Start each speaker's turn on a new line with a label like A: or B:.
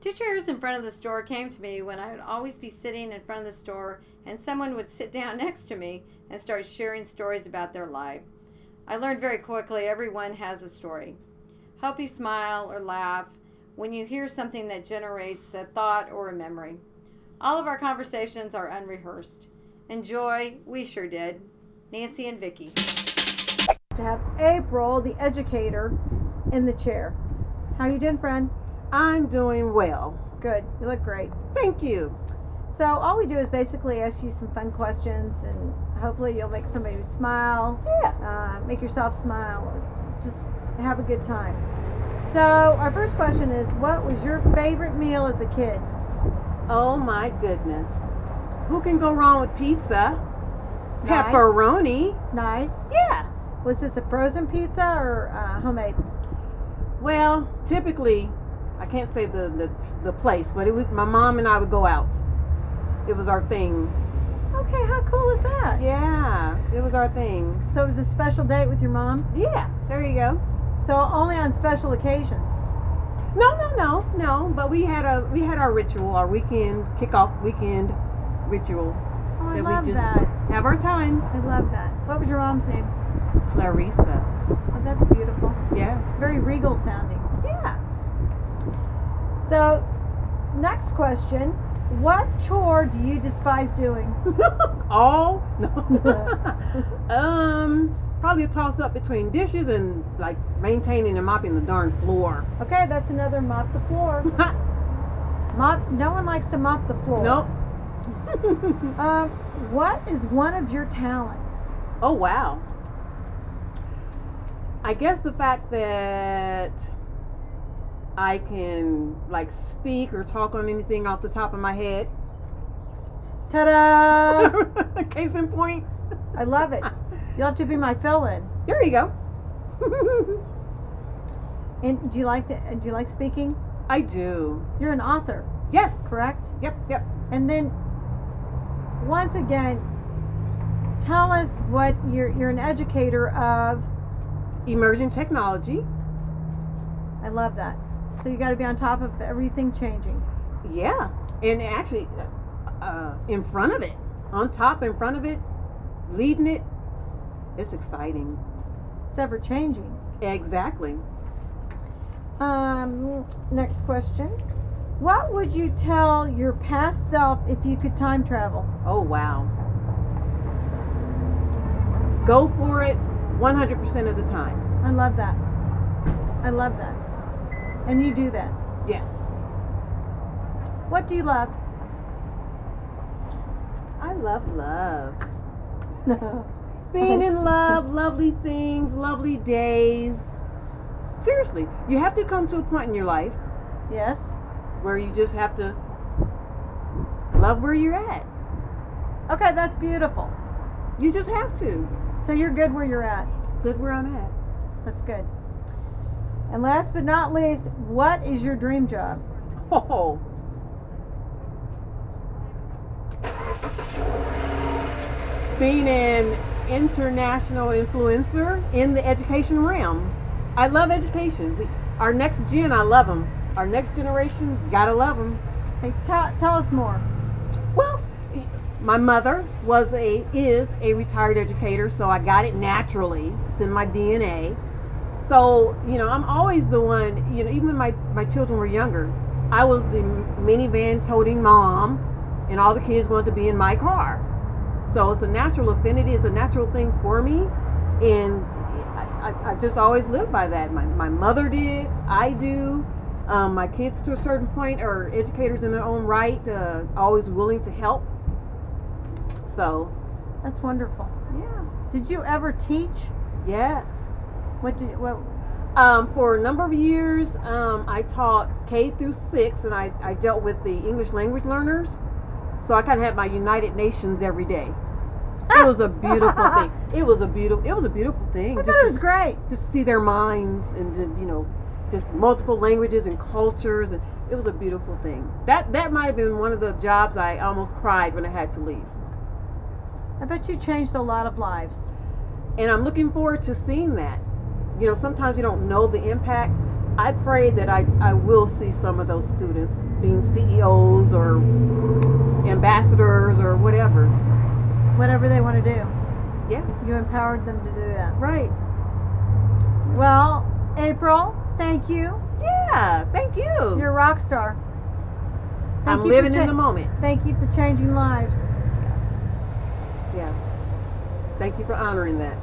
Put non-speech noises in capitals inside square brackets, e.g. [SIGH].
A: Two chairs in front of the store came to me when I would always be sitting in front of the store and someone would sit down [LAUGHS] next to me and start sharing stories about their life. I learned very quickly everyone has a story. Help you smile or laugh when you hear something that generates a thought or a memory. All of our conversations are unrehearsed. Enjoy, we sure did. Nancy and Vicky. To have April, the educator, in the chair. How you doing, friend?
B: I'm doing well.
A: Good. You look great.
B: Thank you.
A: So all we do is basically ask you some fun questions, and hopefully you'll make somebody smile,
B: Yeah.
A: uh, make yourself smile, or just have a good time. So our first question is, what was your favorite meal as a kid?
B: Oh my goodness. Who can go wrong with pizza?
A: Nice.
B: Pepperoni.
A: Nice.
B: Yeah.
A: Was this a frozen pizza or uh, homemade?
B: Well, typically, I can't say the the, the place, but it would, my mom and I would go out. It was our thing.
A: Okay, how cool is that?
B: Yeah, it was our thing.
A: So it was a special date with your mom.
B: Yeah, there you go.
A: So only on special occasions.
B: No, no, no, no. But we had a we had our ritual, our weekend kickoff weekend ritual
A: Oh, I
B: that
A: love
B: we just
A: that.
B: have our time.
A: I love that. What was your mom's name?
B: Clarissa.
A: Oh, that's beautiful.
B: Yes.
A: Very regal sounding.
B: yeah.
A: So, next question. What chore do you despise doing?
B: [LAUGHS] All no. [LAUGHS] um, probably a toss up between dishes and like maintaining and mopping the darn floor. [LAUGHS]
A: Okay, that's another mop the floor. Mop, no one likes to mop the floor.
B: nope. [LAUGHS]
A: Um, what is one of your talents?
B: Oh wow. I guess the fact that I can like speak or talk on anything off the top of my head. [LAUGHS]
A: Ta da!
B: Case in point.
A: I love it. You'll have to be my fill in.
B: There you go.
A: And do you like to, uh, do you like speaking?
B: [LAUGHS] I do.
A: You're an author,
B: Yes.
A: correct?
B: Yep, yep.
A: And then, once again, tell us what you're, you're an educator of.
B: Emerging technology.
A: I love that. So you got to be on top of everything changing.
B: Yeah. And actually, uh, in front of it, on top, in front of it, leading it. It's exciting.
A: It's ever changing.
B: Exactly.
A: Um, next question. What would you tell your past self if you could time travel?
B: Oh, wow. Go for it 100% of the time.
A: I love that. I love that. And you do that.
B: Yes.
A: What do you love? [LAUGHS]
B: I love love. Being in love, lovely things, lovely days. Seriously, you have to come to a point in your life
A: yes.
B: where you just have to love where you're at.
A: Okay, that's beautiful.
B: You just have to.
A: So you're good where you're at.
B: Good where I'm at.
A: That's good. And last but not least, what is your dream job?
B: Oh. Being an international influencer in the education realm. I love education. We, our next gen, I love them. Our next generation, gotta love them.
A: Hey, tell, tell us more.
B: Well, my mother was a is a retired educator, so I got it naturally. It's in my DNA. So you know, I'm always the one. You know, even when my my children were younger, I was the minivan toting mom, and all the kids wanted to be in my car. So it's a natural affinity. It's a natural thing for me, and I, I, I just always lived by that. My, my mother did. I do. Um, my kids, to a certain point, are educators in their own right. Uh, always willing to help. So,
A: That's wonderful.
B: yeah.
A: Did you ever teach?
B: Yes.
A: What did what?
B: Um, for a number of years, um, I taught K through six, and I, I dealt with the English language learners. So I kind of had my United Nations every day. It was a beautiful
A: [LAUGHS]
B: thing. It was a beautiful. It was a beautiful thing.
A: I
B: Just
A: thought it was
B: to,
A: great.
B: just to see their minds and to, you know, just multiple languages and cultures, and it was a beautiful thing. That that might have been one of the jobs I almost cried when I had to leave.
A: I bet you changed a lot of lives.
B: and I'm looking forward to seeing that. You know, sometimes you don't know the impact, I pray that I, I will see some of those students being CEOs or ambassadors or whatever.
A: Whatever they want to do.
B: Yeah,
A: You empowered them to do that.
B: right.
A: Well, April, thank you.
B: Yeah, thank you.
A: You're a rock star.
B: I'm
A: you for
B: living
A: cha-
B: in the moment.
A: Thank you for changing lives.
B: Yeah. Thank you for honoring that.